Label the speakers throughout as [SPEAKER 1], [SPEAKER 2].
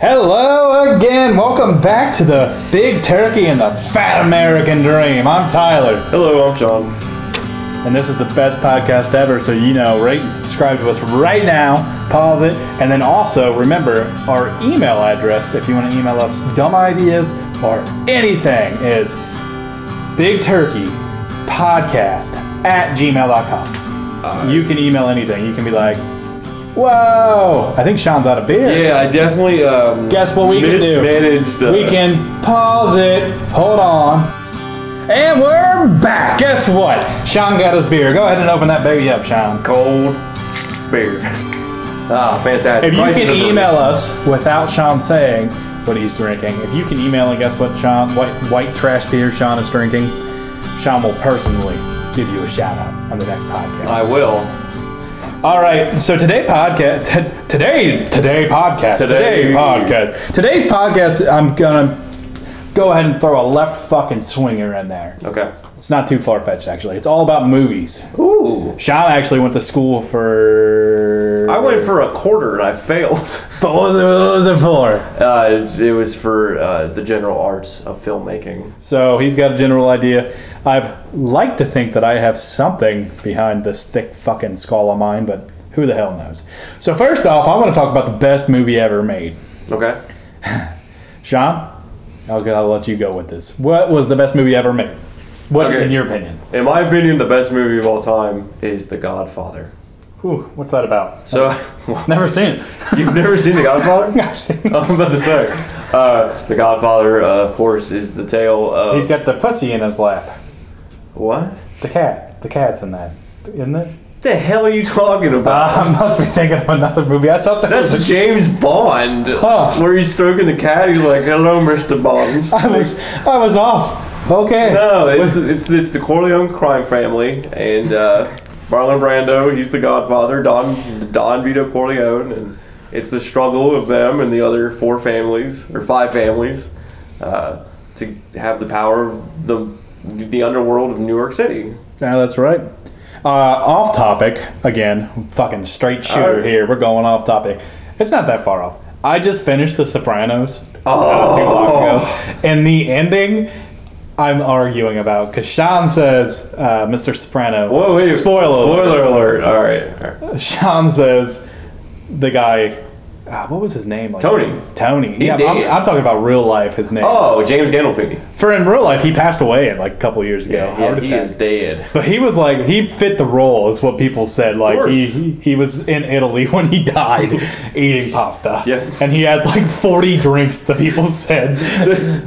[SPEAKER 1] Hello again. Welcome back to the Big Turkey and the Fat American Dream. I'm Tyler,
[SPEAKER 2] Hello, I'm Sean.
[SPEAKER 1] and this is the best podcast ever. So you know, rate and subscribe to us right now. Pause it, and then also remember our email address if you want to email us dumb ideas or anything is Big Turkey Podcast at gmail.com.
[SPEAKER 2] Uh,
[SPEAKER 1] You can email anything. You can be like, "Whoa, I think Sean's out of beer."
[SPEAKER 2] Yeah, I definitely um,
[SPEAKER 1] Guess what we can do?
[SPEAKER 2] mismanaged. uh,
[SPEAKER 1] We can pause it. Hold on. And we're back. Guess what? Sean got his beer. Go ahead and open that baby up, Sean.
[SPEAKER 2] cold beer. Ah, fantastic.
[SPEAKER 1] If you
[SPEAKER 2] Prices
[SPEAKER 1] can
[SPEAKER 2] are perfect.
[SPEAKER 1] email us without Sean saying what he's drinking, if you can email and guess what Sean white white trash beer Sean is drinking, Sean will personally give you a shout out on the next podcast.
[SPEAKER 2] I will.
[SPEAKER 1] All right. So today podcast t- today today podcast today.
[SPEAKER 2] Today.
[SPEAKER 1] podcast today's podcast. I'm gonna go ahead and throw a left fucking swinger in there.
[SPEAKER 2] Okay.
[SPEAKER 1] It's not too far fetched actually. It's all about movies.
[SPEAKER 2] Ooh.
[SPEAKER 1] Sean actually went to school for.
[SPEAKER 2] I went for a quarter and I failed.
[SPEAKER 1] But what was it, what was it for?
[SPEAKER 2] Uh, it was for uh, the general arts of filmmaking.
[SPEAKER 1] So he's got a general idea. I've liked to think that I have something behind this thick fucking skull of mine, but who the hell knows? So first off, I want to talk about the best movie ever made.
[SPEAKER 2] Okay.
[SPEAKER 1] Sean, I'll, go- I'll let you go with this. What was the best movie ever made? What,
[SPEAKER 2] Okay.
[SPEAKER 1] in your opinion?
[SPEAKER 2] In my opinion, the best movie of all time is The Godfather.
[SPEAKER 1] Whew, what's that about?
[SPEAKER 2] So,
[SPEAKER 1] Never seen it.
[SPEAKER 2] you've never seen The Godfather?
[SPEAKER 1] Never seen it.
[SPEAKER 2] I'm about to say. Uh, the Godfather, uh, of course, is the tale of.
[SPEAKER 1] He's got the pussy in his lap.
[SPEAKER 2] What?
[SPEAKER 1] The cat. The cat's in that. Isn't it?
[SPEAKER 2] the hell are you talking about?
[SPEAKER 1] Uh, I must be thinking of another movie. I thought that was.
[SPEAKER 2] That's James Bond,
[SPEAKER 1] Huh.
[SPEAKER 2] where he's stroking the cat. He's like, "Hello, Mr. Bond."
[SPEAKER 1] I was. I was off. Okay.
[SPEAKER 2] No, it's, it's it's the Corleone crime family, and uh, Marlon Brando. He's the Godfather. Don Don Vito Corleone, and it's the struggle of them and the other four families or five families uh, to have the power of the the underworld of New York City.
[SPEAKER 1] Yeah, that's right. Uh, off topic again. Fucking straight shooter
[SPEAKER 2] Alright.
[SPEAKER 1] here. We're going off topic. It's not that far off. I just finished The Sopranos not too long
[SPEAKER 2] Oh.
[SPEAKER 1] ago, and the ending. I'm arguing about because Sean says, uh, "Mr. Soprano."
[SPEAKER 2] Whoa! Wait,
[SPEAKER 1] Spoiler! alert.
[SPEAKER 2] Spoiler alert! All right. All right.
[SPEAKER 1] Sean says the guy, uh, what was his name? Like,
[SPEAKER 2] Tony.
[SPEAKER 1] Tony. yeah,
[SPEAKER 2] did.
[SPEAKER 1] I'm, I'm talking about real life. His name.
[SPEAKER 2] Oh, James Gandolfini.
[SPEAKER 1] For in real life, he passed away like a couple years ago.
[SPEAKER 2] Yeah,
[SPEAKER 1] Heart
[SPEAKER 2] he
[SPEAKER 1] attack.
[SPEAKER 2] is dead.
[SPEAKER 1] But he was like he fit the role. Is what people said. Like
[SPEAKER 2] course.
[SPEAKER 1] he, he he was in Italy when he died, eating pasta.
[SPEAKER 2] Yeah.
[SPEAKER 1] And he had like 40 drinks. The people said.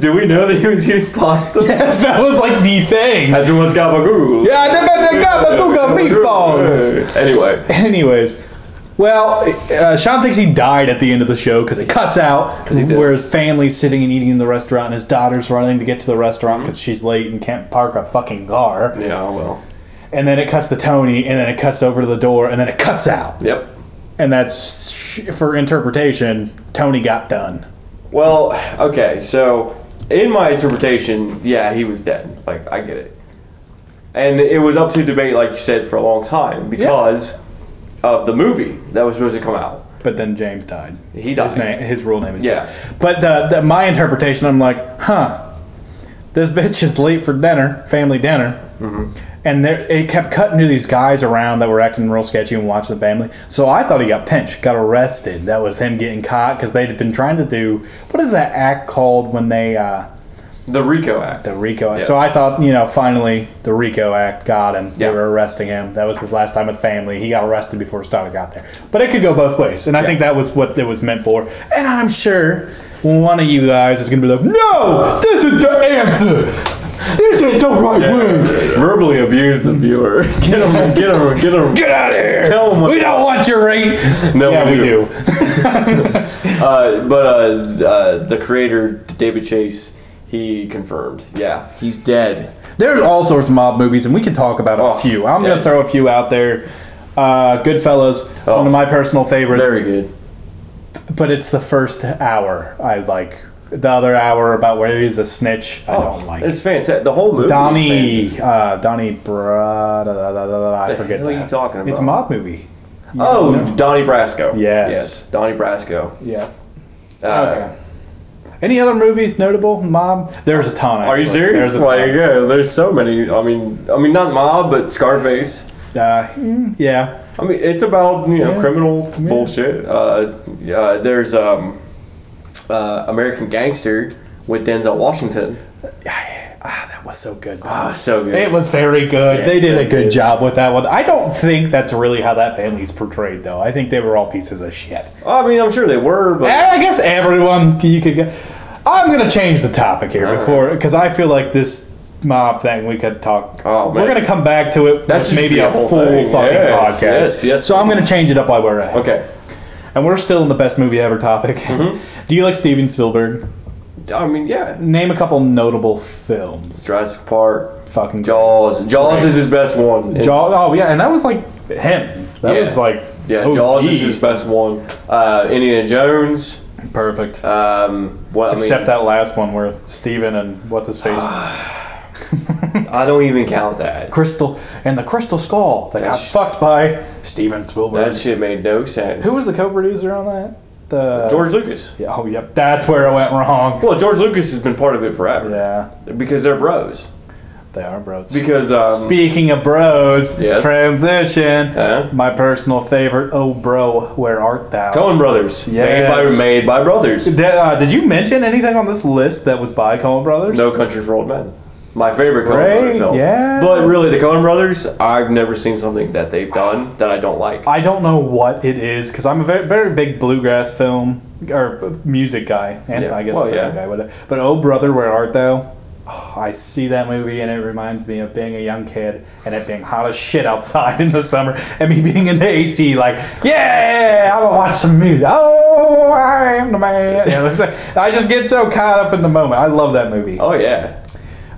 [SPEAKER 2] Do we know that he was eating pasta?
[SPEAKER 1] yes, that was like the thing.
[SPEAKER 2] Everyone's gabagool.
[SPEAKER 1] Yeah, I never had gabagool meatballs.
[SPEAKER 2] Anyway,
[SPEAKER 1] Anyways, well, uh, Sean thinks he died at the end of the show because it cuts out
[SPEAKER 2] he did.
[SPEAKER 1] where his family's sitting and eating in the restaurant, and his daughter's running to get to the
[SPEAKER 2] Mm-hmm.
[SPEAKER 1] restaurant because she's late and can't park a fucking car.
[SPEAKER 2] yeah, oh, well,
[SPEAKER 1] And then it cuts to Tony, and then it cuts over to the door, and then it cuts out.
[SPEAKER 2] yep.
[SPEAKER 1] And that's sh- for interpretation. Tony got done.
[SPEAKER 2] Well, okay, so in my interpretation, yeah, he was dead. Like, I get it. And it was up to debate, like you said, for a long time because of the movie that was supposed to come out.
[SPEAKER 1] But then James died.
[SPEAKER 2] He died.
[SPEAKER 1] His, name, his real name is
[SPEAKER 2] Yeah.
[SPEAKER 1] But the, the my interpretation, I'm like, huh, this bitch is late for dinner, family dinner,
[SPEAKER 2] Mm-hmm.
[SPEAKER 1] and there it kept cutting to these guys around that were acting real sketchy and watching the family. So I thought he got pinched, got arrested. That was him getting caught because they'd been trying to do what is that act called when they uh,
[SPEAKER 2] The RICO Act.
[SPEAKER 1] the RICO.
[SPEAKER 2] Yeah.
[SPEAKER 1] So I thought, you know, finally the RICO Act got him. They
[SPEAKER 2] Yeah.
[SPEAKER 1] were arresting him. That was his last time with family. He got arrested before Stoddard got there. But it could go both ways, and I think that was what it was meant for. And I'm sure one of you guys is going to be like, "No, this is the answer. This is the right way.
[SPEAKER 2] Verbally abused the viewer. Get him, get him, get him.
[SPEAKER 1] Get out of here.
[SPEAKER 2] Tell 'em what-
[SPEAKER 1] we don't want your rate.
[SPEAKER 2] No,
[SPEAKER 1] yeah,
[SPEAKER 2] we
[SPEAKER 1] we do.
[SPEAKER 2] do. Uh, but uh, uh, the creator, David Chase, he confirmed. Yeah, he's dead.
[SPEAKER 1] There's all sorts of mob movies, and we can talk about a
[SPEAKER 2] Oh,
[SPEAKER 1] few. I'm going to
[SPEAKER 2] yes.
[SPEAKER 1] throw a few out there. Uh, Goodfellas, one of my personal favorites.
[SPEAKER 2] Oh. Very good.
[SPEAKER 1] But it's the first hour I like. The other hour about where he's a snitch, I don't like.
[SPEAKER 2] Oh, It's fantastic. The whole movie. Is
[SPEAKER 1] Donnie, uh, Donnie, bra, da, da, da, da, da, I
[SPEAKER 2] The
[SPEAKER 1] forget
[SPEAKER 2] hell are you
[SPEAKER 1] that.
[SPEAKER 2] talking
[SPEAKER 1] It's a
[SPEAKER 2] about? Oh.
[SPEAKER 1] mob movie.
[SPEAKER 2] fantastic. oh, Donnie Brasco.
[SPEAKER 1] Yes.
[SPEAKER 2] Donnie Brasco.
[SPEAKER 1] Yeah.
[SPEAKER 2] Uh,
[SPEAKER 1] Okay. Any other movies notable, Mob? There's a ton.
[SPEAKER 2] Are you
[SPEAKER 1] actually.
[SPEAKER 2] serious?
[SPEAKER 1] There's a
[SPEAKER 2] Like,
[SPEAKER 1] ton.
[SPEAKER 2] yeah, there's so many. I mean, I mean, not mob, but Scarface.
[SPEAKER 1] Uh, mm, yeah.
[SPEAKER 2] I mean, it's about you know
[SPEAKER 1] Yeah.
[SPEAKER 2] criminal bullshit. Uh, uh, there's um, uh, American Gangster with Denzel Washington.
[SPEAKER 1] Ah, that was so good.
[SPEAKER 2] Ah, so good.
[SPEAKER 1] It was very good.
[SPEAKER 2] Yeah,
[SPEAKER 1] they did
[SPEAKER 2] so
[SPEAKER 1] a good
[SPEAKER 2] good.
[SPEAKER 1] job with that one. I don't think that's really how that family's portrayed, though. I think they were all pieces of shit.
[SPEAKER 2] I mean, I'm sure they were, but
[SPEAKER 1] Eh, I guess everyone you could get. I'm gonna change the topic here
[SPEAKER 2] All
[SPEAKER 1] before because I feel like this mob thing we could talk.
[SPEAKER 2] Oh,
[SPEAKER 1] we're
[SPEAKER 2] man.
[SPEAKER 1] gonna come back to it.
[SPEAKER 2] That
[SPEAKER 1] That's
[SPEAKER 2] should
[SPEAKER 1] maybe
[SPEAKER 2] be a
[SPEAKER 1] a
[SPEAKER 2] whole
[SPEAKER 1] full
[SPEAKER 2] thing.
[SPEAKER 1] fucking
[SPEAKER 2] Yes,
[SPEAKER 1] podcast.
[SPEAKER 2] yes, yes,
[SPEAKER 1] so I'm gonna change it up while we're at. it.
[SPEAKER 2] okay. Mm-hmm.
[SPEAKER 1] And we're still in the best movie ever topic. Do you like Steven Spielberg?
[SPEAKER 2] I mean, yeah.
[SPEAKER 1] Name a couple notable films.
[SPEAKER 2] Jurassic Park,
[SPEAKER 1] Fucking
[SPEAKER 2] Jaws. Jaws is his best one. And-
[SPEAKER 1] Jaws. Oh yeah, and that was like him. That
[SPEAKER 2] Yeah.
[SPEAKER 1] was like
[SPEAKER 2] Yeah,
[SPEAKER 1] oh,
[SPEAKER 2] Jaws is
[SPEAKER 1] geez.
[SPEAKER 2] his best one. Uh, Indiana Jones.
[SPEAKER 1] perfect.
[SPEAKER 2] Um, what,
[SPEAKER 1] Except
[SPEAKER 2] I
[SPEAKER 1] that last one where Steven and what's his face
[SPEAKER 2] mean, I don't even count that.
[SPEAKER 1] crystal and the crystal skull that got
[SPEAKER 2] That's-
[SPEAKER 1] fucked by Steven Spielberg.
[SPEAKER 2] That shit made no sense.
[SPEAKER 1] Who was the co-producer on that? The
[SPEAKER 2] George Lucas?
[SPEAKER 1] Yeah, oh, yep. That's where I went wrong.
[SPEAKER 2] Well, George Lucas has been part of it forever
[SPEAKER 1] Yeah,
[SPEAKER 2] because they're bros.
[SPEAKER 1] they are bros.
[SPEAKER 2] Because um,
[SPEAKER 1] Speaking of bros,
[SPEAKER 2] Yes.
[SPEAKER 1] transition.
[SPEAKER 2] Huh?
[SPEAKER 1] My personal favorite. Oh, bro, where art thou?
[SPEAKER 2] Cohen brothers, made
[SPEAKER 1] Yes.
[SPEAKER 2] by made by brothers.
[SPEAKER 1] Did, uh, did you mention anything on this list that was by Coen Brothers?
[SPEAKER 2] No Country for Old Men. My favorite Coen
[SPEAKER 1] Great,
[SPEAKER 2] Brothers film.
[SPEAKER 1] yes.
[SPEAKER 2] But really, the Coen Brothers, I've never seen something that they've done that I don't like.
[SPEAKER 1] I don't know what it is because I'm a very, very big bluegrass film or music guy, and
[SPEAKER 2] Yeah.
[SPEAKER 1] I guess
[SPEAKER 2] Well,
[SPEAKER 1] film
[SPEAKER 2] yeah.
[SPEAKER 1] guy. Whatever. But oh, brother, where art thou? Oh, I see that movie and it reminds me of being a young kid and it being hot as shit outside in the summer and me being in the AC like, yeah, I'm gonna watch some music. Oh, I am the man. You know, it's like- I just get so caught up in the moment. I love that movie.
[SPEAKER 2] Oh yeah,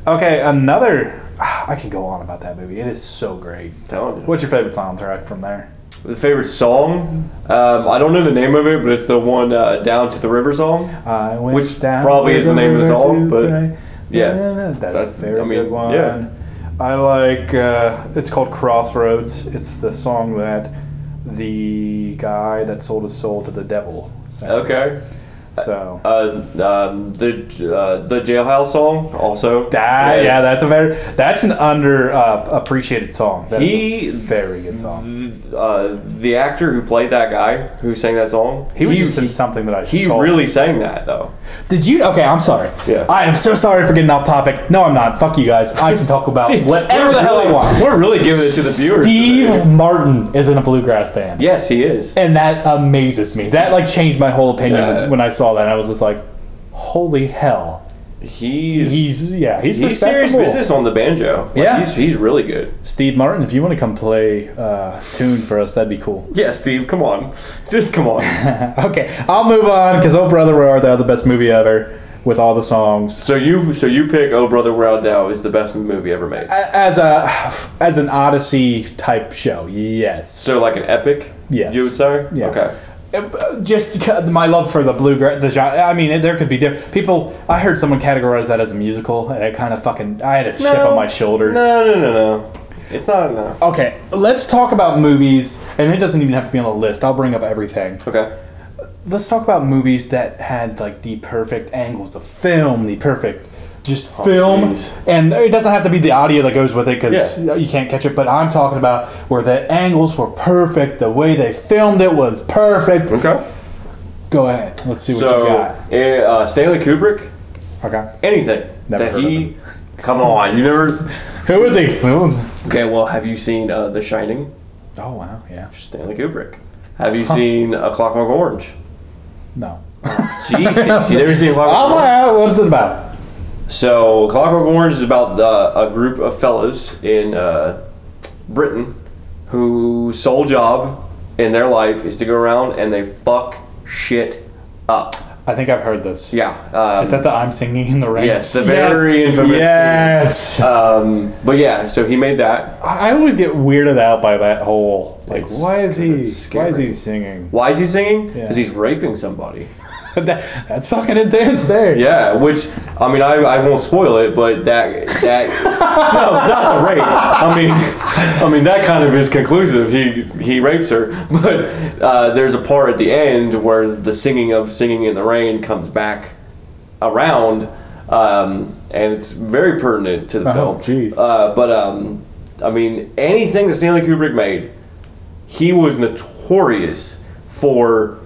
[SPEAKER 1] Okay, another. I can go on about that movie. It is so great.
[SPEAKER 2] telling you.
[SPEAKER 1] What's your favorite soundtrack from there?
[SPEAKER 2] The favorite song? Um, I don't know the name of it, but it's the one uh, "Down to the River" song.
[SPEAKER 1] I went
[SPEAKER 2] Which
[SPEAKER 1] down
[SPEAKER 2] probably
[SPEAKER 1] to
[SPEAKER 2] is the name of the
[SPEAKER 1] river to
[SPEAKER 2] song, but
[SPEAKER 1] pray.
[SPEAKER 2] yeah.
[SPEAKER 1] that's,
[SPEAKER 2] That's-
[SPEAKER 1] a very
[SPEAKER 2] I mean,
[SPEAKER 1] good one.
[SPEAKER 2] yeah.
[SPEAKER 1] I like. Uh, it's called Crossroads. It's the song that the guy that sold his soul to the devil. Sang.
[SPEAKER 2] Okay.
[SPEAKER 1] So.
[SPEAKER 2] Uh, um, the uh, the jailhouse song also.
[SPEAKER 1] that,
[SPEAKER 2] Yes.
[SPEAKER 1] Yeah, that's a very that's an under uh, appreciated song. That's
[SPEAKER 2] He-
[SPEAKER 1] a very good song.
[SPEAKER 2] Th- uh, the actor who played that guy who sang that song.
[SPEAKER 1] He was just in something that I
[SPEAKER 2] he
[SPEAKER 1] saw.
[SPEAKER 2] really sang that though.
[SPEAKER 1] Did you? Okay, I'm sorry.
[SPEAKER 2] Yeah.
[SPEAKER 1] I am so sorry for getting off topic. No, I'm not. Fuck you guys. I can talk about whatever
[SPEAKER 2] We're
[SPEAKER 1] the hell I
[SPEAKER 2] really-
[SPEAKER 1] want.
[SPEAKER 2] We're really giving it to the viewers.
[SPEAKER 1] Steve
[SPEAKER 2] today.
[SPEAKER 1] Martin is in a bluegrass band.
[SPEAKER 2] Yes, he is.
[SPEAKER 1] And that amazes me. That like changed my whole opinion
[SPEAKER 2] Yeah.
[SPEAKER 1] when I saw that. I was just like, holy hell.
[SPEAKER 2] He's he's,
[SPEAKER 1] He's yeah, he's,
[SPEAKER 2] serious
[SPEAKER 1] respectable.
[SPEAKER 2] business on the banjo. Like,
[SPEAKER 1] Yeah.
[SPEAKER 2] he's he's really good.
[SPEAKER 1] Steve Martin, if you want to come play uh tune for us, that'd be cool.
[SPEAKER 2] Yeah, Steve, come on, just come on.
[SPEAKER 1] okay, I'll move on because Oh Brother Where Art Thou the best movie ever with all the songs.
[SPEAKER 2] So you so you pick Oh Brother Where Art Thou is the best movie ever made.
[SPEAKER 1] A- As a as an Odyssey type show, yes.
[SPEAKER 2] So like an epic.
[SPEAKER 1] Yes.
[SPEAKER 2] You would say.
[SPEAKER 1] Yeah.
[SPEAKER 2] Okay.
[SPEAKER 1] Uh, just c- my love for the bluegrass the genre i mean there could be different people i heard someone categorize that as a musical and it kind of fucking i had a chip on my shoulder
[SPEAKER 2] No, no, no, no. It's not no.
[SPEAKER 1] okay let's talk about movies and it doesn't even have to be on the list i'll bring up everything
[SPEAKER 2] Okay.
[SPEAKER 1] let's talk about movies that had like the perfect angles of film the perfect just
[SPEAKER 2] Oh,
[SPEAKER 1] film
[SPEAKER 2] geez.
[SPEAKER 1] and it doesn't have to be the audio that goes with it because
[SPEAKER 2] Yeah.
[SPEAKER 1] you can't catch it but i'm talking about where the angles were perfect the way they filmed it was perfect
[SPEAKER 2] Okay.
[SPEAKER 1] go ahead let's see what
[SPEAKER 2] So
[SPEAKER 1] you got
[SPEAKER 2] eh, uh, Stanley Kubrick,
[SPEAKER 1] okay
[SPEAKER 2] anything
[SPEAKER 1] Never
[SPEAKER 2] that
[SPEAKER 1] heard
[SPEAKER 2] he.
[SPEAKER 1] of
[SPEAKER 2] Come on, you never.
[SPEAKER 1] Who is he?
[SPEAKER 2] Okay, well, have you seen uh, The Shining?
[SPEAKER 1] Oh wow, yeah.
[SPEAKER 2] Stanley Kubrick. Have you seen A Clockwork Orange?
[SPEAKER 1] No.
[SPEAKER 2] Jesus, you never seen A Clockwork
[SPEAKER 1] Oh
[SPEAKER 2] Orange?
[SPEAKER 1] wow, what's it about?
[SPEAKER 2] So, Clockwork Orange is about the, a group of fellas in uh, Britain whose sole job in their life is to go around and they fuck shit up.
[SPEAKER 1] I think I've heard this.
[SPEAKER 2] Yeah. Um,
[SPEAKER 1] Is that the I'm singing in the rain?
[SPEAKER 2] Yes, the very infamous scene.
[SPEAKER 1] Yes.
[SPEAKER 2] um, but yeah, so he made that.
[SPEAKER 1] I I always get weirded out by that whole like
[SPEAKER 2] It's-
[SPEAKER 1] why is
[SPEAKER 2] it's
[SPEAKER 1] he why is
[SPEAKER 2] scary.
[SPEAKER 1] he singing?
[SPEAKER 2] Why is he singing? Because
[SPEAKER 1] Yeah.
[SPEAKER 2] he's raping somebody.
[SPEAKER 1] that, that's fucking intense there.
[SPEAKER 2] Yeah, which I mean, I, I won't spoil it, but that that no, not the rape. I mean, I mean that kind of is conclusive. He he rapes her, but uh, there's a part at the end where the singing of "Singing in the Rain" comes back around, um, and it's very pertinent to the
[SPEAKER 1] Oh,
[SPEAKER 2] film.
[SPEAKER 1] jeez.
[SPEAKER 2] Uh, but um, I mean, anything that Stanley Kubrick made, he was notorious for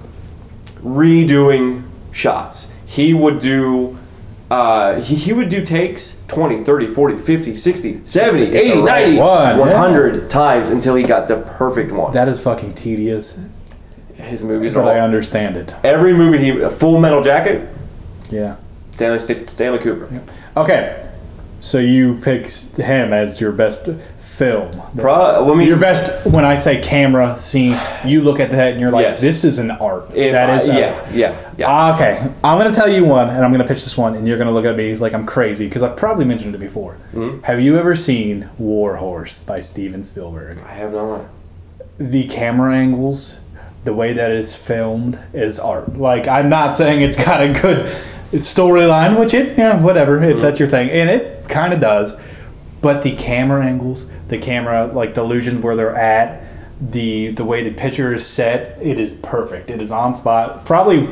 [SPEAKER 2] redoing shots. He would do uh, he, he would do takes 20, 30, 40, 50, 60, 70,
[SPEAKER 1] to get
[SPEAKER 2] 80,
[SPEAKER 1] the right
[SPEAKER 2] 90,
[SPEAKER 1] one, yeah.
[SPEAKER 2] 100 times until he got the perfect one.
[SPEAKER 1] That is fucking tedious,
[SPEAKER 2] His movies are
[SPEAKER 1] but I
[SPEAKER 2] all,
[SPEAKER 1] understand it.
[SPEAKER 2] every movie he Full Metal Jacket,
[SPEAKER 1] Yeah.
[SPEAKER 2] Stanley Stick- Stanley Kubrick.
[SPEAKER 1] Okay. So you picked him as your best film.
[SPEAKER 2] Pro, I mean,
[SPEAKER 1] Your best, when I say camera scene, you look at that and you're like,
[SPEAKER 2] Yes.
[SPEAKER 1] this is an art.
[SPEAKER 2] if
[SPEAKER 1] that
[SPEAKER 2] I-
[SPEAKER 1] is a-
[SPEAKER 2] yeah, yeah, yeah.
[SPEAKER 1] Ah, Okay, I'm gonna tell you one, and I'm gonna pitch this one, and you're gonna look at me like I'm crazy because I probably mentioned it before.
[SPEAKER 2] Mm-hmm.
[SPEAKER 1] Have you ever seen War Horse by Steven Spielberg?
[SPEAKER 2] I have not.
[SPEAKER 1] The camera angles, the way that it's filmed, is art. Like I'm not saying it's got a good storyline, which it, yeah, whatever, if that's your thing, and it kind of does. But the camera angles, the camera like delusions where they're at, the the way the picture is set, it is perfect. It is on spot. Probably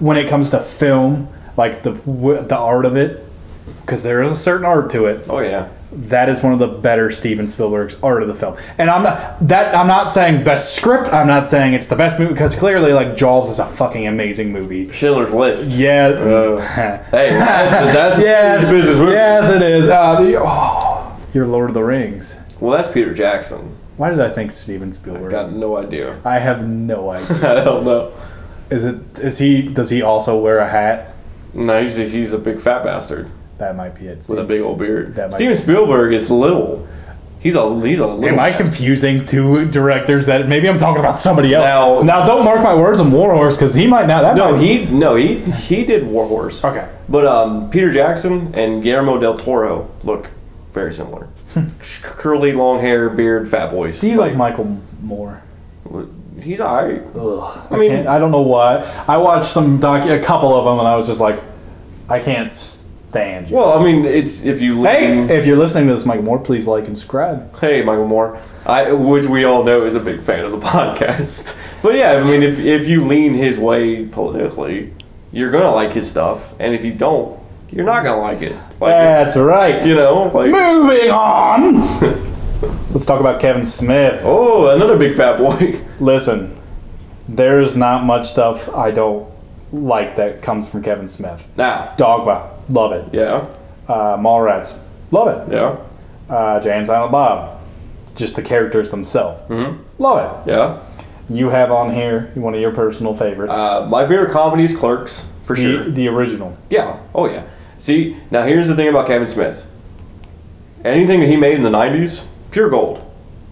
[SPEAKER 1] when it comes to film, like the w- the art of it, because there is a certain art to it
[SPEAKER 2] Oh, yeah.
[SPEAKER 1] that is one of the better Steven Spielberg's art of the film. And I'm not that I'm not saying best script. I'm not saying it's the best movie because clearly, like Jaws is a fucking amazing movie.
[SPEAKER 2] Schindler's List.
[SPEAKER 1] Yeah.
[SPEAKER 2] Uh, hey, that's, that's
[SPEAKER 1] yes.
[SPEAKER 2] business movie.
[SPEAKER 1] Yes, it is. Uh, the, oh, your Lord of the Rings.
[SPEAKER 2] Well, that's Peter Jackson.
[SPEAKER 1] Why did I think Steven Spielberg?
[SPEAKER 2] Got no idea.
[SPEAKER 1] I have no idea.
[SPEAKER 2] I don't know.
[SPEAKER 1] Is it? Is he? Does he also wear a hat?
[SPEAKER 2] No, he's a, he's a big fat bastard
[SPEAKER 1] That might be it.
[SPEAKER 2] with a
[SPEAKER 1] Steven
[SPEAKER 2] big old beard.
[SPEAKER 1] That might-
[SPEAKER 2] Steven Spielberg is little. He's a he's a little.
[SPEAKER 1] Am I confusing two directors that maybe I'm talking about somebody else?
[SPEAKER 2] Now-
[SPEAKER 1] Now, don't mark my words on War Horse because he might not. That
[SPEAKER 2] no,
[SPEAKER 1] might-
[SPEAKER 2] he no he he did War Horse.
[SPEAKER 1] Okay.
[SPEAKER 2] But um, Peter Jackson and Guillermo del Toro look very similar. Curly, long hair, beard, fat boys.
[SPEAKER 1] Hmm. Do you like Michael Moore?
[SPEAKER 2] He's alright.
[SPEAKER 1] Ugh. I,
[SPEAKER 2] mean-
[SPEAKER 1] can't, I don't know why. I watched some doc, a couple of them, and I was just like, I can't stand you.
[SPEAKER 2] Well, mm-hmm. I mean, it's if you
[SPEAKER 1] hey,
[SPEAKER 2] lean-
[SPEAKER 1] if you're listening to this, Michael Moore, please like and subscribe.
[SPEAKER 2] Hey, Michael Moore, I, which we all know is a big fan of the podcast. But yeah, I mean, if, if you lean his way politically, you're gonna like his stuff, and if you don't, you're not gonna like it. Like
[SPEAKER 1] That's
[SPEAKER 2] it's-
[SPEAKER 1] right.
[SPEAKER 2] you know, like
[SPEAKER 1] Moving on. Let's talk about Kevin Smith.
[SPEAKER 2] oh, another big fat boy.
[SPEAKER 1] Listen, there is not much stuff I don't like that comes from Kevin Smith.
[SPEAKER 2] Now,
[SPEAKER 1] Dogma, love it.
[SPEAKER 2] yeah,
[SPEAKER 1] Uh, Mallrats, love it.
[SPEAKER 2] yeah,
[SPEAKER 1] Uh, Jay and Silent Bob, just the characters themselves,
[SPEAKER 2] Mhm.
[SPEAKER 1] love it.
[SPEAKER 2] yeah.
[SPEAKER 1] you have on here one of your personal favorites
[SPEAKER 2] Uh, my favorite comedy is Clerks for
[SPEAKER 1] the,
[SPEAKER 2] sure.
[SPEAKER 1] the original
[SPEAKER 2] Yeah. Oh yeah. See, now here's the thing about Kevin Smith. Anything that he made in the '90s, pure gold.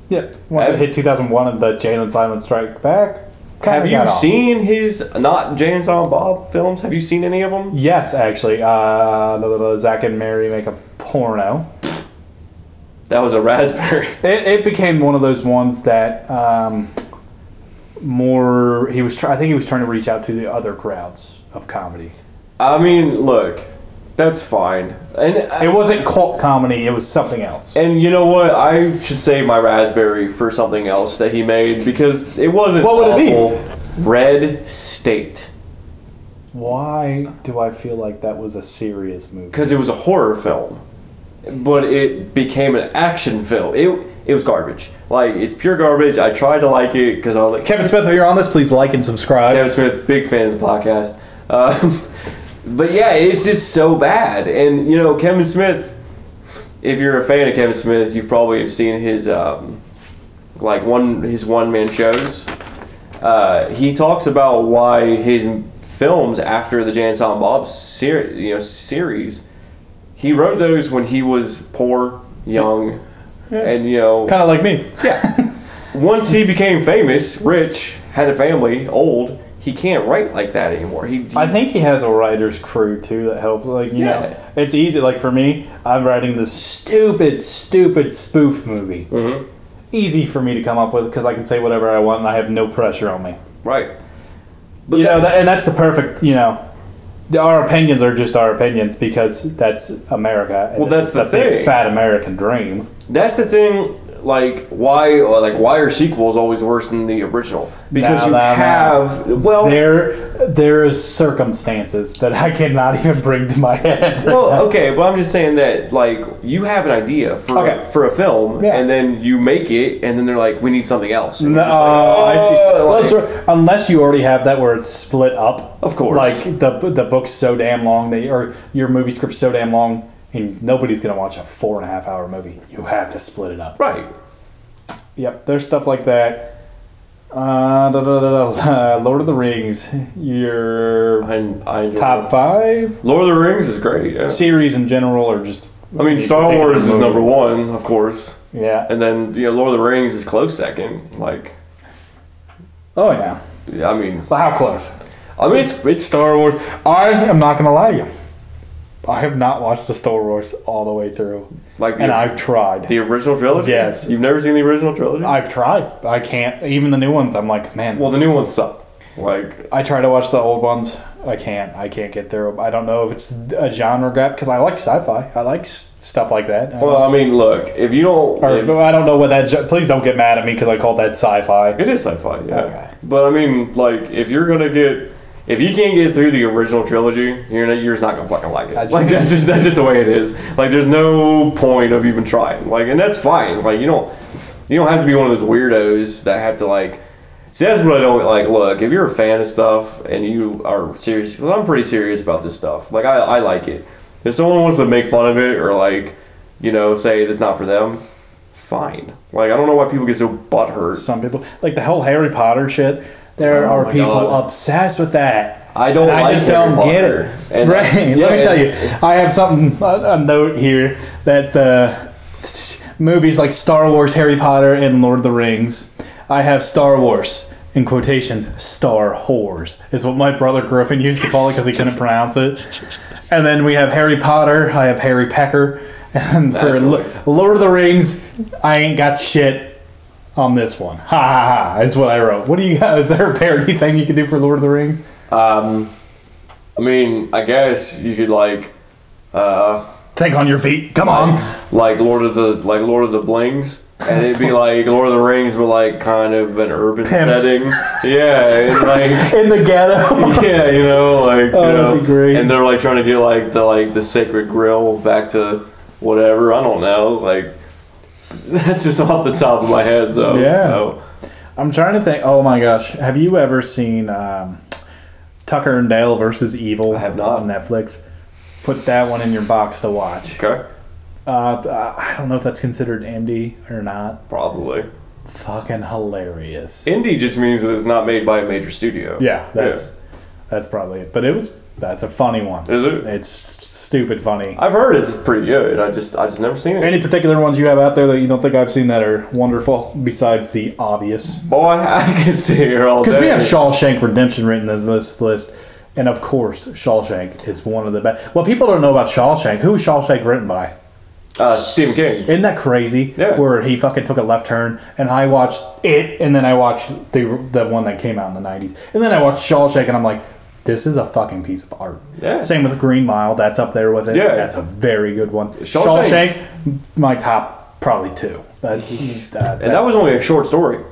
[SPEAKER 1] yeah once
[SPEAKER 2] Have-
[SPEAKER 1] it hit 2001 and the jalen silent strike back kinda
[SPEAKER 2] Have you
[SPEAKER 1] got off.
[SPEAKER 2] seen his not Jay and Silent Bob films? Have you seen any of them?
[SPEAKER 1] yes actually uh the little zach and mary make a porno
[SPEAKER 2] That was a raspberry.
[SPEAKER 1] it, it became one of those ones that um more he was try- i think he was trying to reach out to the other crowds of comedy
[SPEAKER 2] I mean, look, that's fine. And
[SPEAKER 1] it wasn't cult comedy it was something else
[SPEAKER 2] and you know what? I should save my raspberry for something else that he made because it wasn't.
[SPEAKER 1] What would it be?
[SPEAKER 2] it be? Red State.
[SPEAKER 1] why do i feel like that was a serious movie
[SPEAKER 2] because it was a horror film, but it became an action film. It it was garbage. Like it's pure garbage. I tried to like it because I was like
[SPEAKER 1] kevin smith if you're on this please like and subscribe
[SPEAKER 2] Kevin Smith, big fan of the podcast. Um, but yeah, it's just so bad. And you know, Kevin Smith. If you're a fan of Kevin Smith, you've probably have seen his um, like one his one man shows. Uh, he talks about why his films after the Jan Silent Bob ser- you know series, he wrote those when he was poor, young, and you know
[SPEAKER 1] kind of like me
[SPEAKER 2] yeah. Once he became famous, rich, had a family, old, he can't write like that anymore. He, he
[SPEAKER 1] I think he has a writer's crew too that helps. Like you
[SPEAKER 2] Yeah.
[SPEAKER 1] know, it's easy. Like for me, I'm writing this stupid, stupid spoof movie.
[SPEAKER 2] Mhm.
[SPEAKER 1] Easy for me to come up with because I can say whatever I want and I have no pressure on me.
[SPEAKER 2] right. But
[SPEAKER 1] you
[SPEAKER 2] that-
[SPEAKER 1] know, that, and that's the perfect. You know, the- our opinions are just our opinions because that's America. And
[SPEAKER 2] Well,
[SPEAKER 1] this is
[SPEAKER 2] that's the
[SPEAKER 1] big
[SPEAKER 2] thing.
[SPEAKER 1] fat American dream.
[SPEAKER 2] That's the thing. Like why, or like why are sequels always worse than the original? Because
[SPEAKER 1] No,
[SPEAKER 2] you
[SPEAKER 1] no, no.
[SPEAKER 2] have well,
[SPEAKER 1] There, there is circumstances that I cannot even bring to my head. right now.
[SPEAKER 2] well, okay, but I'm just saying that like you have an idea for
[SPEAKER 1] Okay.
[SPEAKER 2] for a film,
[SPEAKER 1] Yeah.
[SPEAKER 2] and then you make it, and then they're like, we need something else. And
[SPEAKER 1] No,
[SPEAKER 2] you're just like,
[SPEAKER 1] I see.
[SPEAKER 2] "Oh,"
[SPEAKER 1] Well, it's
[SPEAKER 2] like-
[SPEAKER 1] r- unless you already have that where it's split up.
[SPEAKER 2] Of course.
[SPEAKER 1] Like the the book's so damn long, they or your movie script's so damn long, and nobody's gonna watch a four and a half hour movie. You have to split it up.
[SPEAKER 2] right.
[SPEAKER 1] Yep, there's stuff like that. Uh, da, da, da, da, Lord of the Rings, your
[SPEAKER 2] I, I enjoy
[SPEAKER 1] top five
[SPEAKER 2] Lord of the Rings is great. Yeah.
[SPEAKER 1] series in general are just.
[SPEAKER 2] I mean, Star
[SPEAKER 1] Take it
[SPEAKER 2] Wars
[SPEAKER 1] or
[SPEAKER 2] is
[SPEAKER 1] move it.
[SPEAKER 2] number one, of course,
[SPEAKER 1] Yeah.
[SPEAKER 2] and then you know Lord of the Rings is close second. Like,
[SPEAKER 1] Oh yeah.
[SPEAKER 2] yeah, I mean,
[SPEAKER 1] Well, how close?
[SPEAKER 2] I mean it's it's Star Wars.
[SPEAKER 1] I am not gonna lie to you. I have not watched the Star Wars all the way through.
[SPEAKER 2] Like the,
[SPEAKER 1] And I've tried.
[SPEAKER 2] the original trilogy.
[SPEAKER 1] Yes.
[SPEAKER 2] you've never seen the original trilogy.
[SPEAKER 1] I've tried. I can't. Even the new ones, I'm like, man.
[SPEAKER 2] Well, the new ones suck. Like,
[SPEAKER 1] I try to watch the old ones. I can't. I can't get through. I don't know if it's a genre gap because I like sci-fi. I like s- stuff like that. I don't-
[SPEAKER 2] well, I mean, look, if you don't,
[SPEAKER 1] or,
[SPEAKER 2] if-
[SPEAKER 1] I don't know what that. Ju- please don't get mad at me because I called that sci-fi.
[SPEAKER 2] it is sci-fi, yeah.
[SPEAKER 1] Okay.
[SPEAKER 2] But I mean, like, if you're gonna get, if you can't get through the original trilogy, you're not, you're just not gonna fucking like it.
[SPEAKER 1] just-
[SPEAKER 2] like that's just that's just the way it is. Like, there's no point of even trying. Like, and that's fine. Like, you don't, you don't have to be one of those weirdos that have to like. See, that's what I don't like. Look, if you're a fan of stuff and you are serious, because I'm pretty serious about this stuff. Like, I, I like it. If someone wants to make fun of it or like, you know, say it's not for them, fine. Like, I don't know why people get so butthurt.
[SPEAKER 1] Some people like the whole Harry Potter shit. There
[SPEAKER 2] Oh
[SPEAKER 1] are
[SPEAKER 2] my
[SPEAKER 1] people
[SPEAKER 2] God.
[SPEAKER 1] obsessed with that.
[SPEAKER 2] I don't.
[SPEAKER 1] And I
[SPEAKER 2] like
[SPEAKER 1] just
[SPEAKER 2] Harry
[SPEAKER 1] don't get
[SPEAKER 2] Potter.
[SPEAKER 1] it.
[SPEAKER 2] And
[SPEAKER 1] right.
[SPEAKER 2] that's-
[SPEAKER 1] Let
[SPEAKER 2] yeah,
[SPEAKER 1] me tell
[SPEAKER 2] and-
[SPEAKER 1] you, I have something a, a note here that the movies like Star Wars, Harry Potter, and Lord of the Rings. I have Star Wars in quotations. Star Wars is what my brother Griffin used to call it because he couldn't pronounce it. And then we have Harry Potter. I have Harry Pecker. And for
[SPEAKER 2] Naturally.
[SPEAKER 1] Lo- Lord of the Rings, I ain't got shit on this one. Ha ha ha! Is what I wrote. What do you got? Is there a parody thing you can do for Lord of the Rings?
[SPEAKER 2] Um, I mean, I guess you could like, uh,
[SPEAKER 1] Think on your feet. Come on.
[SPEAKER 2] like Lord of the like Lord of the Blings, and it'd be like Lord of the Rings, but like kind of an urban
[SPEAKER 1] Pimps.
[SPEAKER 2] setting. Yeah, and like.
[SPEAKER 1] In the ghetto.
[SPEAKER 2] Yeah, you know, like
[SPEAKER 1] Oh,
[SPEAKER 2] you
[SPEAKER 1] that'd
[SPEAKER 2] know,
[SPEAKER 1] be great.
[SPEAKER 2] and they're like trying to get like the like the sacred grill back to whatever. I don't know, like that's just off the top of my head though.
[SPEAKER 1] Yeah.
[SPEAKER 2] so.
[SPEAKER 1] I'm trying to think. Oh my gosh. Have you ever seen um, Tucker and Dale versus Evil? I
[SPEAKER 2] have not.
[SPEAKER 1] On Netflix. Put that one in your box to watch.
[SPEAKER 2] okay,
[SPEAKER 1] Uh, I don't know if that's considered indie or not.
[SPEAKER 2] probably.
[SPEAKER 1] Fucking hilarious.
[SPEAKER 2] Indie just means that it's not made by a major studio.
[SPEAKER 1] yeah, that's that's probably it. But it was that's a funny one.
[SPEAKER 2] Is it?
[SPEAKER 1] It's s- stupid funny.
[SPEAKER 2] I've heard it's pretty good. I just I just never seen it.
[SPEAKER 1] Any particular ones you have out there that you don't think I've seen that are wonderful besides the obvious?
[SPEAKER 2] Boy, Oh, I could sit here all day.
[SPEAKER 1] Because we have Shawshank Redemption written as this list, and of course, Shawshank is one of the best. Well, people don't know about Shawshank. Who was Shawshank written by?
[SPEAKER 2] uh, Stephen King.
[SPEAKER 1] Isn't that crazy?
[SPEAKER 2] Yeah.
[SPEAKER 1] Where he fucking took a left turn, and I watched it, and then I watched the the one that came out in the '90s, and then I watched Shawshank, and I'm like, this is a fucking piece of art.
[SPEAKER 2] Yeah.
[SPEAKER 1] Same with Green Mile. That's up there with it.
[SPEAKER 2] Yeah.
[SPEAKER 1] That's a very good one.
[SPEAKER 2] Shawshank-
[SPEAKER 1] Shawshank, my top probably two. That's, that,
[SPEAKER 2] Mm-hmm. And that was only a short story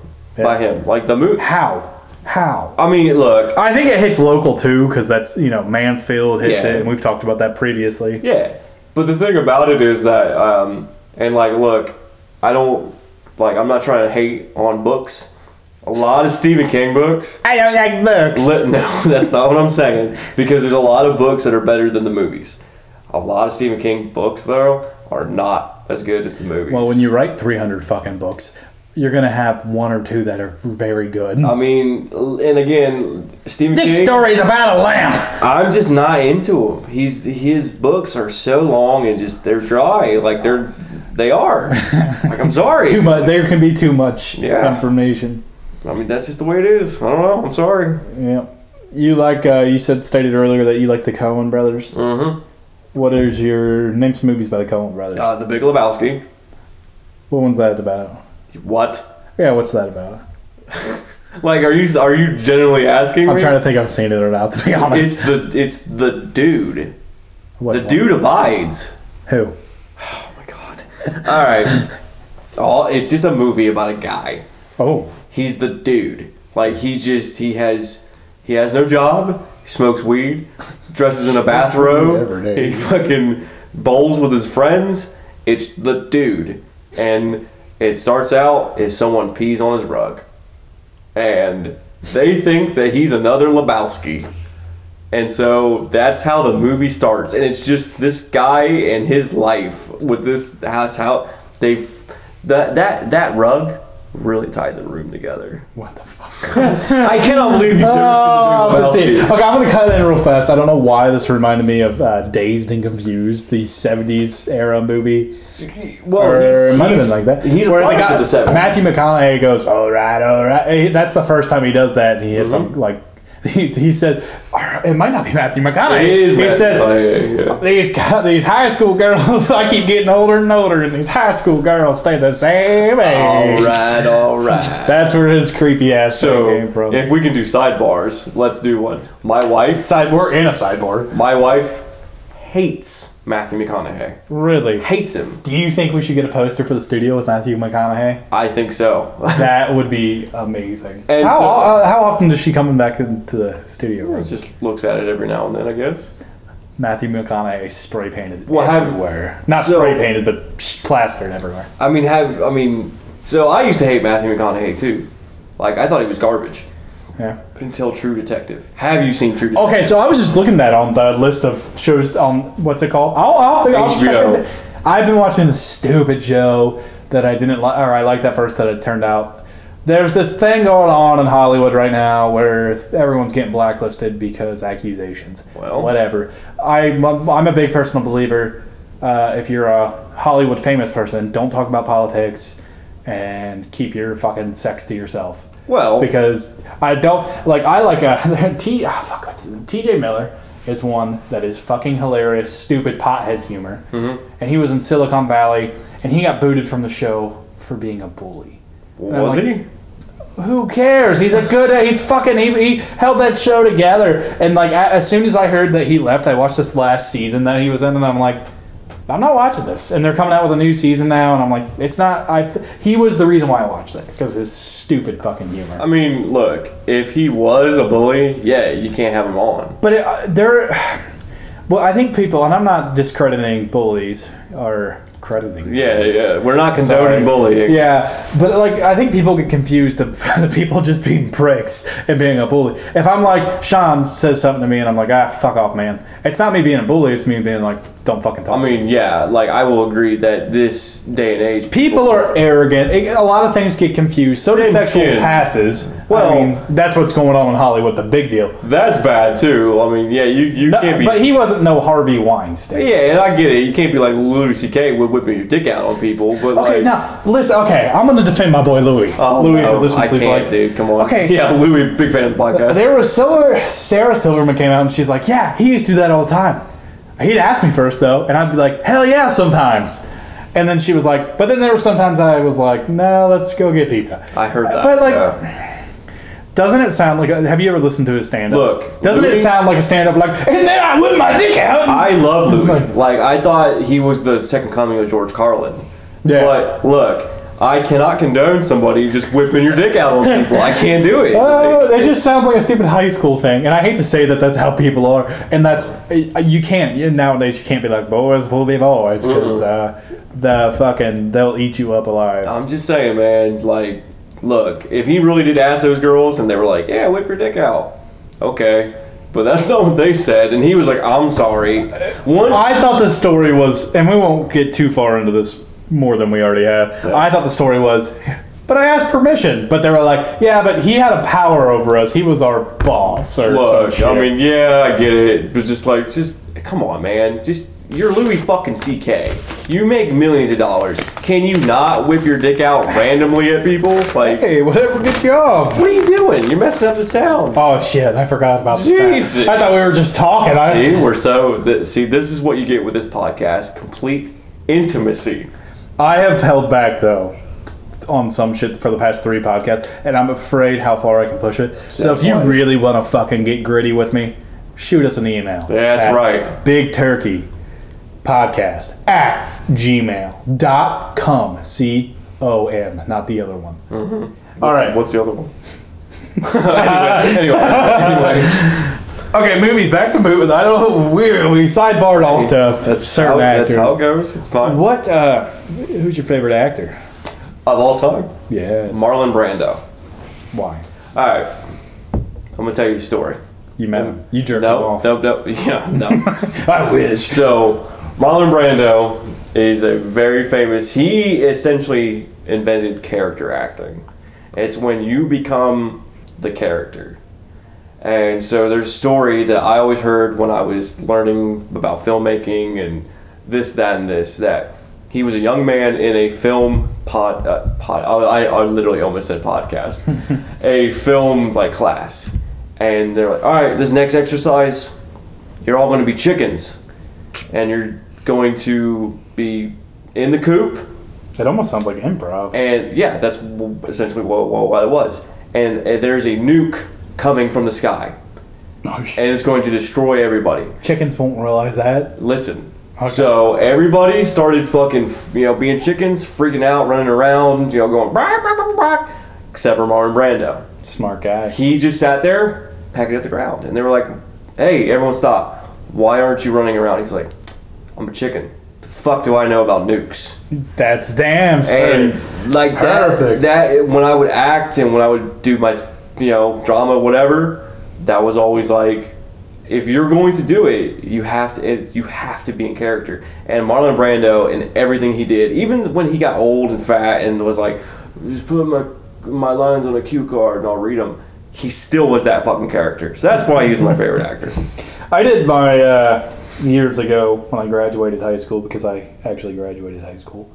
[SPEAKER 2] by him. Like the movie.
[SPEAKER 1] how how
[SPEAKER 2] I mean, look.
[SPEAKER 1] I think it hits local too because that's you know Mansfield hits
[SPEAKER 2] Yeah.
[SPEAKER 1] it, and we've talked about that previously.
[SPEAKER 2] Yeah, but the thing about it is that, um, and like, look, I don't like. I'm not trying to hate on books. A lot of Stephen King books.
[SPEAKER 1] I don't like books.
[SPEAKER 2] Li- No, that's not what I'm saying. Because there's a lot of books that are better than the movies. A lot of Stephen King books, though, are not as good as the movies.
[SPEAKER 1] Well, when you write three hundred fucking books, you're gonna have one or two that are very good.
[SPEAKER 2] I mean, and again, Stephen King.
[SPEAKER 1] is about a lamp.
[SPEAKER 2] I'm just not into him. He's his books are so long and just they're dry. Like they're they are. like I'm sorry.
[SPEAKER 1] Too much. There can be too much
[SPEAKER 2] Yeah.
[SPEAKER 1] information.
[SPEAKER 2] I mean that's just the way it is. I don't know. I'm sorry.
[SPEAKER 1] Yeah. You like uh, you said stated earlier that you like the Coen Brothers.
[SPEAKER 2] Mm-hmm.
[SPEAKER 1] What is your name? Some movies by the Coen Brothers.
[SPEAKER 2] Uh, the Big Lebowski.
[SPEAKER 1] what one's that about?
[SPEAKER 2] What?
[SPEAKER 1] Yeah, what's that about?
[SPEAKER 2] Like, are you are you genuinely asking?
[SPEAKER 1] I'm
[SPEAKER 2] me?
[SPEAKER 1] trying to think I've seen it or not, to be
[SPEAKER 2] It's
[SPEAKER 1] honest.
[SPEAKER 2] the it's the dude.
[SPEAKER 1] What
[SPEAKER 2] The
[SPEAKER 1] one?
[SPEAKER 2] dude abides.
[SPEAKER 1] Who?
[SPEAKER 2] Oh my god. All right. All it's just a movie about a guy.
[SPEAKER 1] Oh.
[SPEAKER 2] He's the dude. Like he just he has he has no job. He smokes weed. Dresses in a bathrobe.
[SPEAKER 1] every day.
[SPEAKER 2] He fucking bowls with his friends. It's the dude. And it starts out as someone pees on his rug. And they think that he's another Lebowski. And so that's how the movie starts, and it's just this guy and his life with this. That's how they've that that that rug really tied the room together.
[SPEAKER 1] What the fuck?
[SPEAKER 2] I cannot believe you've
[SPEAKER 1] Oh,
[SPEAKER 2] never
[SPEAKER 1] let's
[SPEAKER 2] seen the
[SPEAKER 1] see.
[SPEAKER 2] movie.
[SPEAKER 1] Okay, I'm gonna cut in real fast. I don't know why this reminded me of uh, Dazed and Confused, the '70s era movie, or it might have been like that.
[SPEAKER 2] Oh, He's
[SPEAKER 1] where
[SPEAKER 2] a
[SPEAKER 1] the
[SPEAKER 2] product
[SPEAKER 1] guy,
[SPEAKER 2] of the seven.
[SPEAKER 1] Matthew McConaughey goes, "All right, all right." Hey, That's the first time he does that, and he hits
[SPEAKER 2] Mhm.
[SPEAKER 1] him like he, he says, "All right," "It might not be Matthew McConaughey."
[SPEAKER 2] It is
[SPEAKER 1] He
[SPEAKER 2] Matthew
[SPEAKER 1] says,
[SPEAKER 2] McConaughey, yeah.
[SPEAKER 1] "These co- these high school girls, I keep getting older and older, and these high school girls stay the same age."
[SPEAKER 2] All right, all right.
[SPEAKER 1] That's where his creepy ass
[SPEAKER 2] so
[SPEAKER 1] thing came from.
[SPEAKER 2] if we can do sidebars, let's do one. My wife,
[SPEAKER 1] Side, we're in a sideboard.
[SPEAKER 2] my wife hates Matthew McConaughey.
[SPEAKER 1] Really?
[SPEAKER 2] Hates him.
[SPEAKER 1] Do you think we should get a poster for the studio with Matthew McConaughey?
[SPEAKER 2] I think so.
[SPEAKER 1] That would be amazing.
[SPEAKER 2] And
[SPEAKER 1] how,
[SPEAKER 2] so-
[SPEAKER 1] uh, how often does she come back into the studio? room?
[SPEAKER 2] just looks at it every now and then, I guess.
[SPEAKER 1] Matthew McConaughey spray painted
[SPEAKER 2] Well, have-
[SPEAKER 1] everywhere. Not
[SPEAKER 2] so-
[SPEAKER 1] spray painted, but psh, plastered everywhere.
[SPEAKER 2] I mean, have I mean, so I used to hate Matthew McConaughey too. Like I thought he was garbage
[SPEAKER 1] Yeah.
[SPEAKER 2] until True Detective. Have you seen True Detective?
[SPEAKER 1] Okay, so I was just looking that on the list of shows on what's it called? I'll, I'll, think- I'll
[SPEAKER 2] HBO.
[SPEAKER 1] check it. I've been watching a stupid show that I didn't like, or I liked at first that it turned out. There's this thing going on in Hollywood right now where everyone's getting blacklisted because accusations.
[SPEAKER 2] Well.
[SPEAKER 1] whatever. I'm a, I'm a big personal believer. Uh, if you're a Hollywood famous person, don't talk about politics and keep your fucking sex to yourself
[SPEAKER 2] Well,
[SPEAKER 1] because I don't like I like a T ah fuck what's his name? TJ Miller is one that is fucking hilarious, stupid pothead humor,
[SPEAKER 2] Mm-hmm.
[SPEAKER 1] and he was in Silicon Valley and he got booted from the show for being a bully.
[SPEAKER 2] Oh, was
[SPEAKER 1] I'm like-
[SPEAKER 2] he?
[SPEAKER 1] Who cares? He's a good. He's fucking. He, he held that show together, and like a- as soon as I heard that he left, I watched this last season that he was in, and I'm like. I'm not watching this, and they're coming out with a new season now, and I'm like, it's not. I he was the reason why I watched it because his stupid fucking humor.
[SPEAKER 2] I mean, look, if he was a bully, yeah, you can't have him on.
[SPEAKER 1] But it, uh, there, well, I think people, and I'm not discrediting bullies or crediting.
[SPEAKER 2] Yeah,
[SPEAKER 1] bullies.
[SPEAKER 2] yeah, we're not
[SPEAKER 1] Sorry.
[SPEAKER 2] condoning bullying.
[SPEAKER 1] Yeah, but like I think people get confused of the people just being pricks and being a bully. If I'm like Sean says something to me and I'm like, ah, fuck off, man. It's not me being a bully. It's me being like, don't fucking talk.
[SPEAKER 2] I
[SPEAKER 1] to me.
[SPEAKER 2] mean, yeah, like I will agree that this day and age,
[SPEAKER 1] people are arrogant. It, a lot of things get confused. So do
[SPEAKER 2] Thin
[SPEAKER 1] sexual
[SPEAKER 2] skin.
[SPEAKER 1] passes.
[SPEAKER 2] Well-
[SPEAKER 1] I mean, that's what's going on in Hollywood. The big deal.
[SPEAKER 2] that's bad too. I mean, yeah, you you
[SPEAKER 1] No,
[SPEAKER 2] can't be.
[SPEAKER 1] but he wasn't no Harvey Weinstein.
[SPEAKER 2] yeah, and I get it. You can't be like Louis C.K. with whipping your dick out on people. But
[SPEAKER 1] Okay,
[SPEAKER 2] like,
[SPEAKER 1] now listen. Okay, I'm gonna defend my boy Louis.
[SPEAKER 2] Oh,
[SPEAKER 1] Louis, if
[SPEAKER 2] no,
[SPEAKER 1] you listen,
[SPEAKER 2] I
[SPEAKER 1] please
[SPEAKER 2] can't,
[SPEAKER 1] like.
[SPEAKER 2] dude. Come on.
[SPEAKER 1] Okay.
[SPEAKER 2] Yeah, Louis, big fan of the podcast.
[SPEAKER 1] There was Silver, Sarah Silverman came out and she's like, "Yeah, he used to do that all the time." He'd ask me first though, and I'd be like, "Hell yeah, sometimes." And then she was like, "But then there were sometimes I was like, no, let's go get pizza." Uh,
[SPEAKER 2] I heard that.
[SPEAKER 1] But like,
[SPEAKER 2] yeah.
[SPEAKER 1] doesn't it sound like? A, have you ever listened to his stand-up?
[SPEAKER 2] Look,
[SPEAKER 1] doesn't it
[SPEAKER 2] Louis-
[SPEAKER 1] sound like a stand-up? Like, and then I whip my dick out.
[SPEAKER 2] I love Louis.
[SPEAKER 1] Like-
[SPEAKER 2] Like I thought he was the second coming of George Carlin.
[SPEAKER 1] Yeah.
[SPEAKER 2] But look, I cannot condone somebody just whipping your dick out on people. I can't do it.
[SPEAKER 1] Oh,
[SPEAKER 2] Like,
[SPEAKER 1] that just sounds like a stupid high school thing, and I hate to say that that's how people are, and that's uh, you can't you, nowadays. You can't be like boys will be boys because uh, the fucking they'll eat you up alive.
[SPEAKER 2] I'm just saying, man. Like, look, if he really did ask those girls and they were like, "Yeah, whip your dick out," okay. But that's not what they said, and he was like, "I'm sorry." Once
[SPEAKER 1] I thought the story was, and we won't get too far into this more than we already have. I thought the story was, but I asked permission, but they were like, yeah, but he had a power over us. He was our boss or some
[SPEAKER 2] Look,
[SPEAKER 1] shit.
[SPEAKER 2] I mean, yeah, I get it, but just like, just come on, man. Just you're Louis fucking CK. You make millions of dollars. Can you not whip your dick out randomly at people? Like,
[SPEAKER 1] hey, whatever gets you off.
[SPEAKER 2] what are you doing? You're messing up the sound.
[SPEAKER 1] Oh shit! I forgot about the sound.
[SPEAKER 2] Jesus.
[SPEAKER 1] I thought we were just talking. I,
[SPEAKER 2] See, we're so. Th- see, this is what you get with this podcast: complete intimacy.
[SPEAKER 1] I have held back though on some shit for the past three podcasts, and I'm afraid how far I can push it. So
[SPEAKER 2] That's
[SPEAKER 1] if you
[SPEAKER 2] fine.
[SPEAKER 1] really want to fucking get gritty with me, shoot us an email.
[SPEAKER 2] That's
[SPEAKER 1] at
[SPEAKER 2] right.
[SPEAKER 1] Big Turkey Podcast at gmail.com. C O M, not the other one.
[SPEAKER 2] Mm-hmm.
[SPEAKER 1] All right.
[SPEAKER 2] What's the other one? anyway, anyway, anyway.
[SPEAKER 1] Okay, movies. Back to movies. I don't know. We're, we sidebarred off to certain
[SPEAKER 2] How, that's
[SPEAKER 1] actors.
[SPEAKER 2] how it goes. It's fine.
[SPEAKER 1] What? Uh, who's your favorite actor?
[SPEAKER 2] Of all time,
[SPEAKER 1] Yeah.
[SPEAKER 2] Marlon Brando.
[SPEAKER 1] Why?
[SPEAKER 2] All right, I'm gonna tell you a story.
[SPEAKER 1] You met him. You jerked him
[SPEAKER 2] Uh, No,
[SPEAKER 1] off.
[SPEAKER 2] nope, nope. Yeah, no.
[SPEAKER 1] I wish.
[SPEAKER 2] So, Marlon Brando is a very famous. He essentially invented character acting. It's when you become the character. And so there's a story that I always heard when I was learning about filmmaking and this, that, and this that he was a young man in a film pod. Uh, pod I, I literally almost said podcast. a film like class, and they're like, "All right, this next exercise, you're all going to be chickens, and you're going to be in the coop."
[SPEAKER 1] It almost sounds like improv.
[SPEAKER 2] And yeah, that's w- essentially what, what, what it was. And uh, there's a nuke coming from the sky,
[SPEAKER 1] oh, shit.
[SPEAKER 2] and it's going to destroy everybody.
[SPEAKER 1] Chickens won't realize that.
[SPEAKER 2] Listen.
[SPEAKER 1] Okay.
[SPEAKER 2] So everybody started fucking, you know, being chickens, freaking out, running around, you know, going, "Bark, bark, bark, bark," except for Marlon Brando.
[SPEAKER 1] Smart guy.
[SPEAKER 2] He just sat there, packing at the ground. And they were like, hey, everyone stop. Why aren't you running around? He's like, I'm a chicken. The fuck do I know about nukes?
[SPEAKER 1] That's damn straight.
[SPEAKER 2] and like that,
[SPEAKER 1] Perfect.
[SPEAKER 2] that when I would act and when I would do my you know drama whatever that was always like if you're going to do it you have to it, you have to be in character and Marlon Brando and everything he did even when he got old and fat and was like just put my my lines on a cue card and I'll read them he still was that fucking character so that's why he's my favorite actor
[SPEAKER 1] I did my uh, years ago when I graduated high school because I actually graduated high school.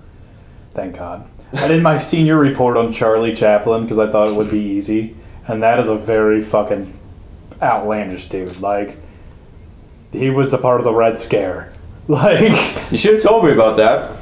[SPEAKER 1] Thank God. I did my senior report on Charlie Chaplin because I thought it would be easy, and that is a very fucking outlandish dude. Like, he was a part of the Red Scare. Like,
[SPEAKER 2] You should have told me about that.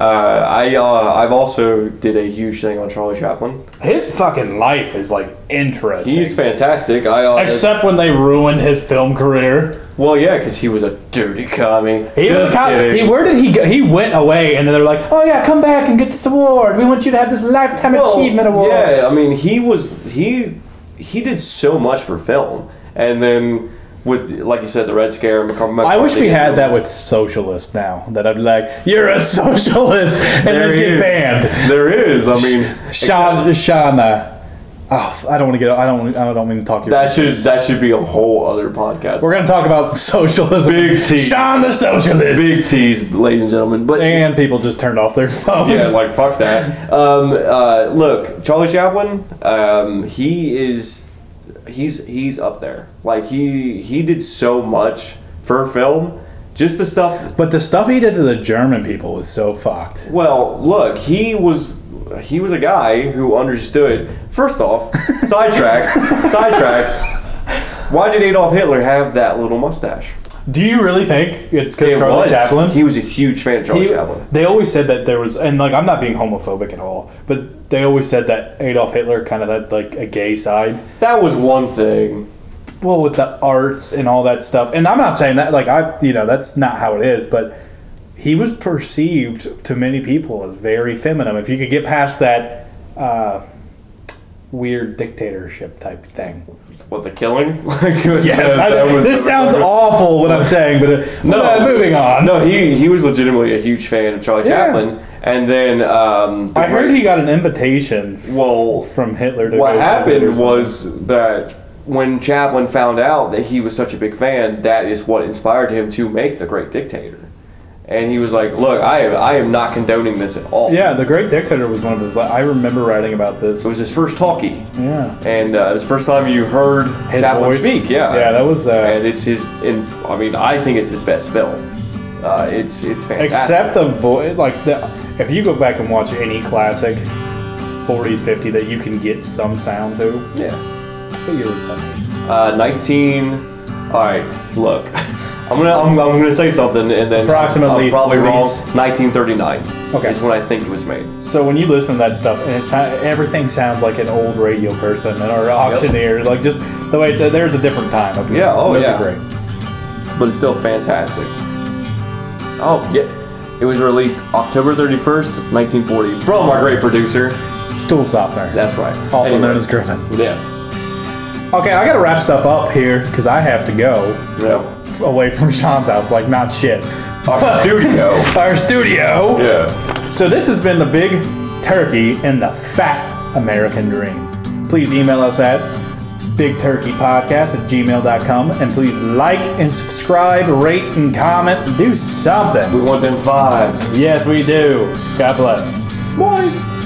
[SPEAKER 2] Uh, I uh, I've also did a huge thing on Charlie Chaplin.
[SPEAKER 1] his fucking life is like interesting.
[SPEAKER 2] He's fantastic. I uh,
[SPEAKER 1] Except when they ruined his film career.
[SPEAKER 2] well, yeah, because he was a dirty commie.
[SPEAKER 1] He was
[SPEAKER 2] Just
[SPEAKER 1] a cop.
[SPEAKER 2] kidding.
[SPEAKER 1] He, where did he go? He went away, and then they're like, "Oh yeah, come back and get this award. We want you to have this lifetime
[SPEAKER 2] Well,
[SPEAKER 1] achievement award."
[SPEAKER 2] Yeah, I mean, he was he he did so much for film, and then with like you said, the Red Scare. McCar-
[SPEAKER 1] I wish we had that with socialists now. That I'd be like, "You're a socialist," and
[SPEAKER 2] There
[SPEAKER 1] then get
[SPEAKER 2] is.
[SPEAKER 1] banned.
[SPEAKER 2] There is. I mean,
[SPEAKER 1] Sha- Shauna. Oh, I don't want to get. I don't. I don't mean to talk to you.
[SPEAKER 2] that should that should be a whole other podcast.
[SPEAKER 1] We're gonna talk about socialism.
[SPEAKER 2] Big T.
[SPEAKER 1] Sean the socialist.
[SPEAKER 2] Big T's, ladies and gentlemen. But
[SPEAKER 1] and people just turned off their phones.
[SPEAKER 2] Yeah, like fuck that. Um, uh, look, Charlie Chaplin, um, he is, he's he's up there. Like he he did so much for film, just the stuff.
[SPEAKER 1] but the stuff he did to the German people was so fucked.
[SPEAKER 2] Well, look, he was he was a guy who understood. First off, sidetrack, sidetrack. Why did Adolf Hitler have that little mustache?
[SPEAKER 1] Do you really think it's because
[SPEAKER 2] It
[SPEAKER 1] Charlie
[SPEAKER 2] was-
[SPEAKER 1] Chaplin?
[SPEAKER 2] He was a huge fan of Charlie
[SPEAKER 1] He-
[SPEAKER 2] Chaplin.
[SPEAKER 1] They always said that there was, and like I'm not being homophobic at all, but they always said that Adolf Hitler kind of had like a gay side.
[SPEAKER 2] That was one thing.
[SPEAKER 1] Well, with the arts and all that stuff, and I'm not saying that like I, you know, that's not how it is, but he was perceived to many people as very feminine. If you could get past that uh, weird dictatorship type thing.
[SPEAKER 2] What the killing? like, it was-
[SPEAKER 1] Yes,
[SPEAKER 2] that- that
[SPEAKER 1] I,
[SPEAKER 2] was
[SPEAKER 1] this
[SPEAKER 2] the-
[SPEAKER 1] sounds awful what I'm saying, but uh,
[SPEAKER 2] No.
[SPEAKER 1] uh, moving on.
[SPEAKER 2] No, he he was legitimately a huge fan of Charlie
[SPEAKER 1] Yeah.
[SPEAKER 2] Chaplin, and then um, the
[SPEAKER 1] I heard
[SPEAKER 2] great-
[SPEAKER 1] he got an invitation
[SPEAKER 2] Well,
[SPEAKER 1] from Hitler. To go
[SPEAKER 2] what
[SPEAKER 1] visit or
[SPEAKER 2] happened
[SPEAKER 1] something.
[SPEAKER 2] was that when Chaplin found out that he was such a big fan, that is what inspired him to make The Great Dictator, and he was like, "Look, I am I am not condoning this at all."
[SPEAKER 1] Yeah, The Great Dictator was one of his. la- I remember writing about this.
[SPEAKER 2] it was his first talkie,
[SPEAKER 1] Yeah,
[SPEAKER 2] and uh, it was the first time you heard
[SPEAKER 1] His
[SPEAKER 2] Chaplin
[SPEAKER 1] voice.
[SPEAKER 2] speak. Yeah,
[SPEAKER 1] yeah, that was. Uh,
[SPEAKER 2] and it's his. In I mean, I think it's his best film. Uh, it's it's fantastic.
[SPEAKER 1] except the voice, like the. If you go back and watch any classic, 40s, 50 that you can get some sound to.
[SPEAKER 2] yeah.
[SPEAKER 1] What year was that?
[SPEAKER 2] Uh, 19. All right, look, I'm gonna I'm, I'm gonna say something, and then
[SPEAKER 1] Approximately
[SPEAKER 2] I'm probably wrong.
[SPEAKER 1] these-
[SPEAKER 2] 1939
[SPEAKER 1] Okay.
[SPEAKER 2] is when I think it was made.
[SPEAKER 1] So when you listen to that stuff, and it's everything sounds like an old radio person and or auctioneer, like just the way it's there's a different time. Up
[SPEAKER 2] Yeah, oh,
[SPEAKER 1] those
[SPEAKER 2] yeah.
[SPEAKER 1] are great.
[SPEAKER 2] but it's still fantastic. Oh, yeah. It was released October 31st, 1940, from our great producer.
[SPEAKER 1] Stool softener,
[SPEAKER 2] That's right.
[SPEAKER 1] also
[SPEAKER 2] Anyway.
[SPEAKER 1] known as Griffin.
[SPEAKER 2] Yes.
[SPEAKER 1] Okay, I gotta wrap stuff up here because I have to go
[SPEAKER 2] Yeah.
[SPEAKER 1] away from Sean's house, like not shit.
[SPEAKER 2] Our studio.
[SPEAKER 1] Our studio.
[SPEAKER 2] Yeah.
[SPEAKER 1] So this has been the big turkey and the fat American dream. Please email us at bigturkeypodcast at gmail.com and please like and subscribe, rate and comment. Do something.
[SPEAKER 2] We want them fives.
[SPEAKER 1] Yes, we do. God bless.
[SPEAKER 2] Why?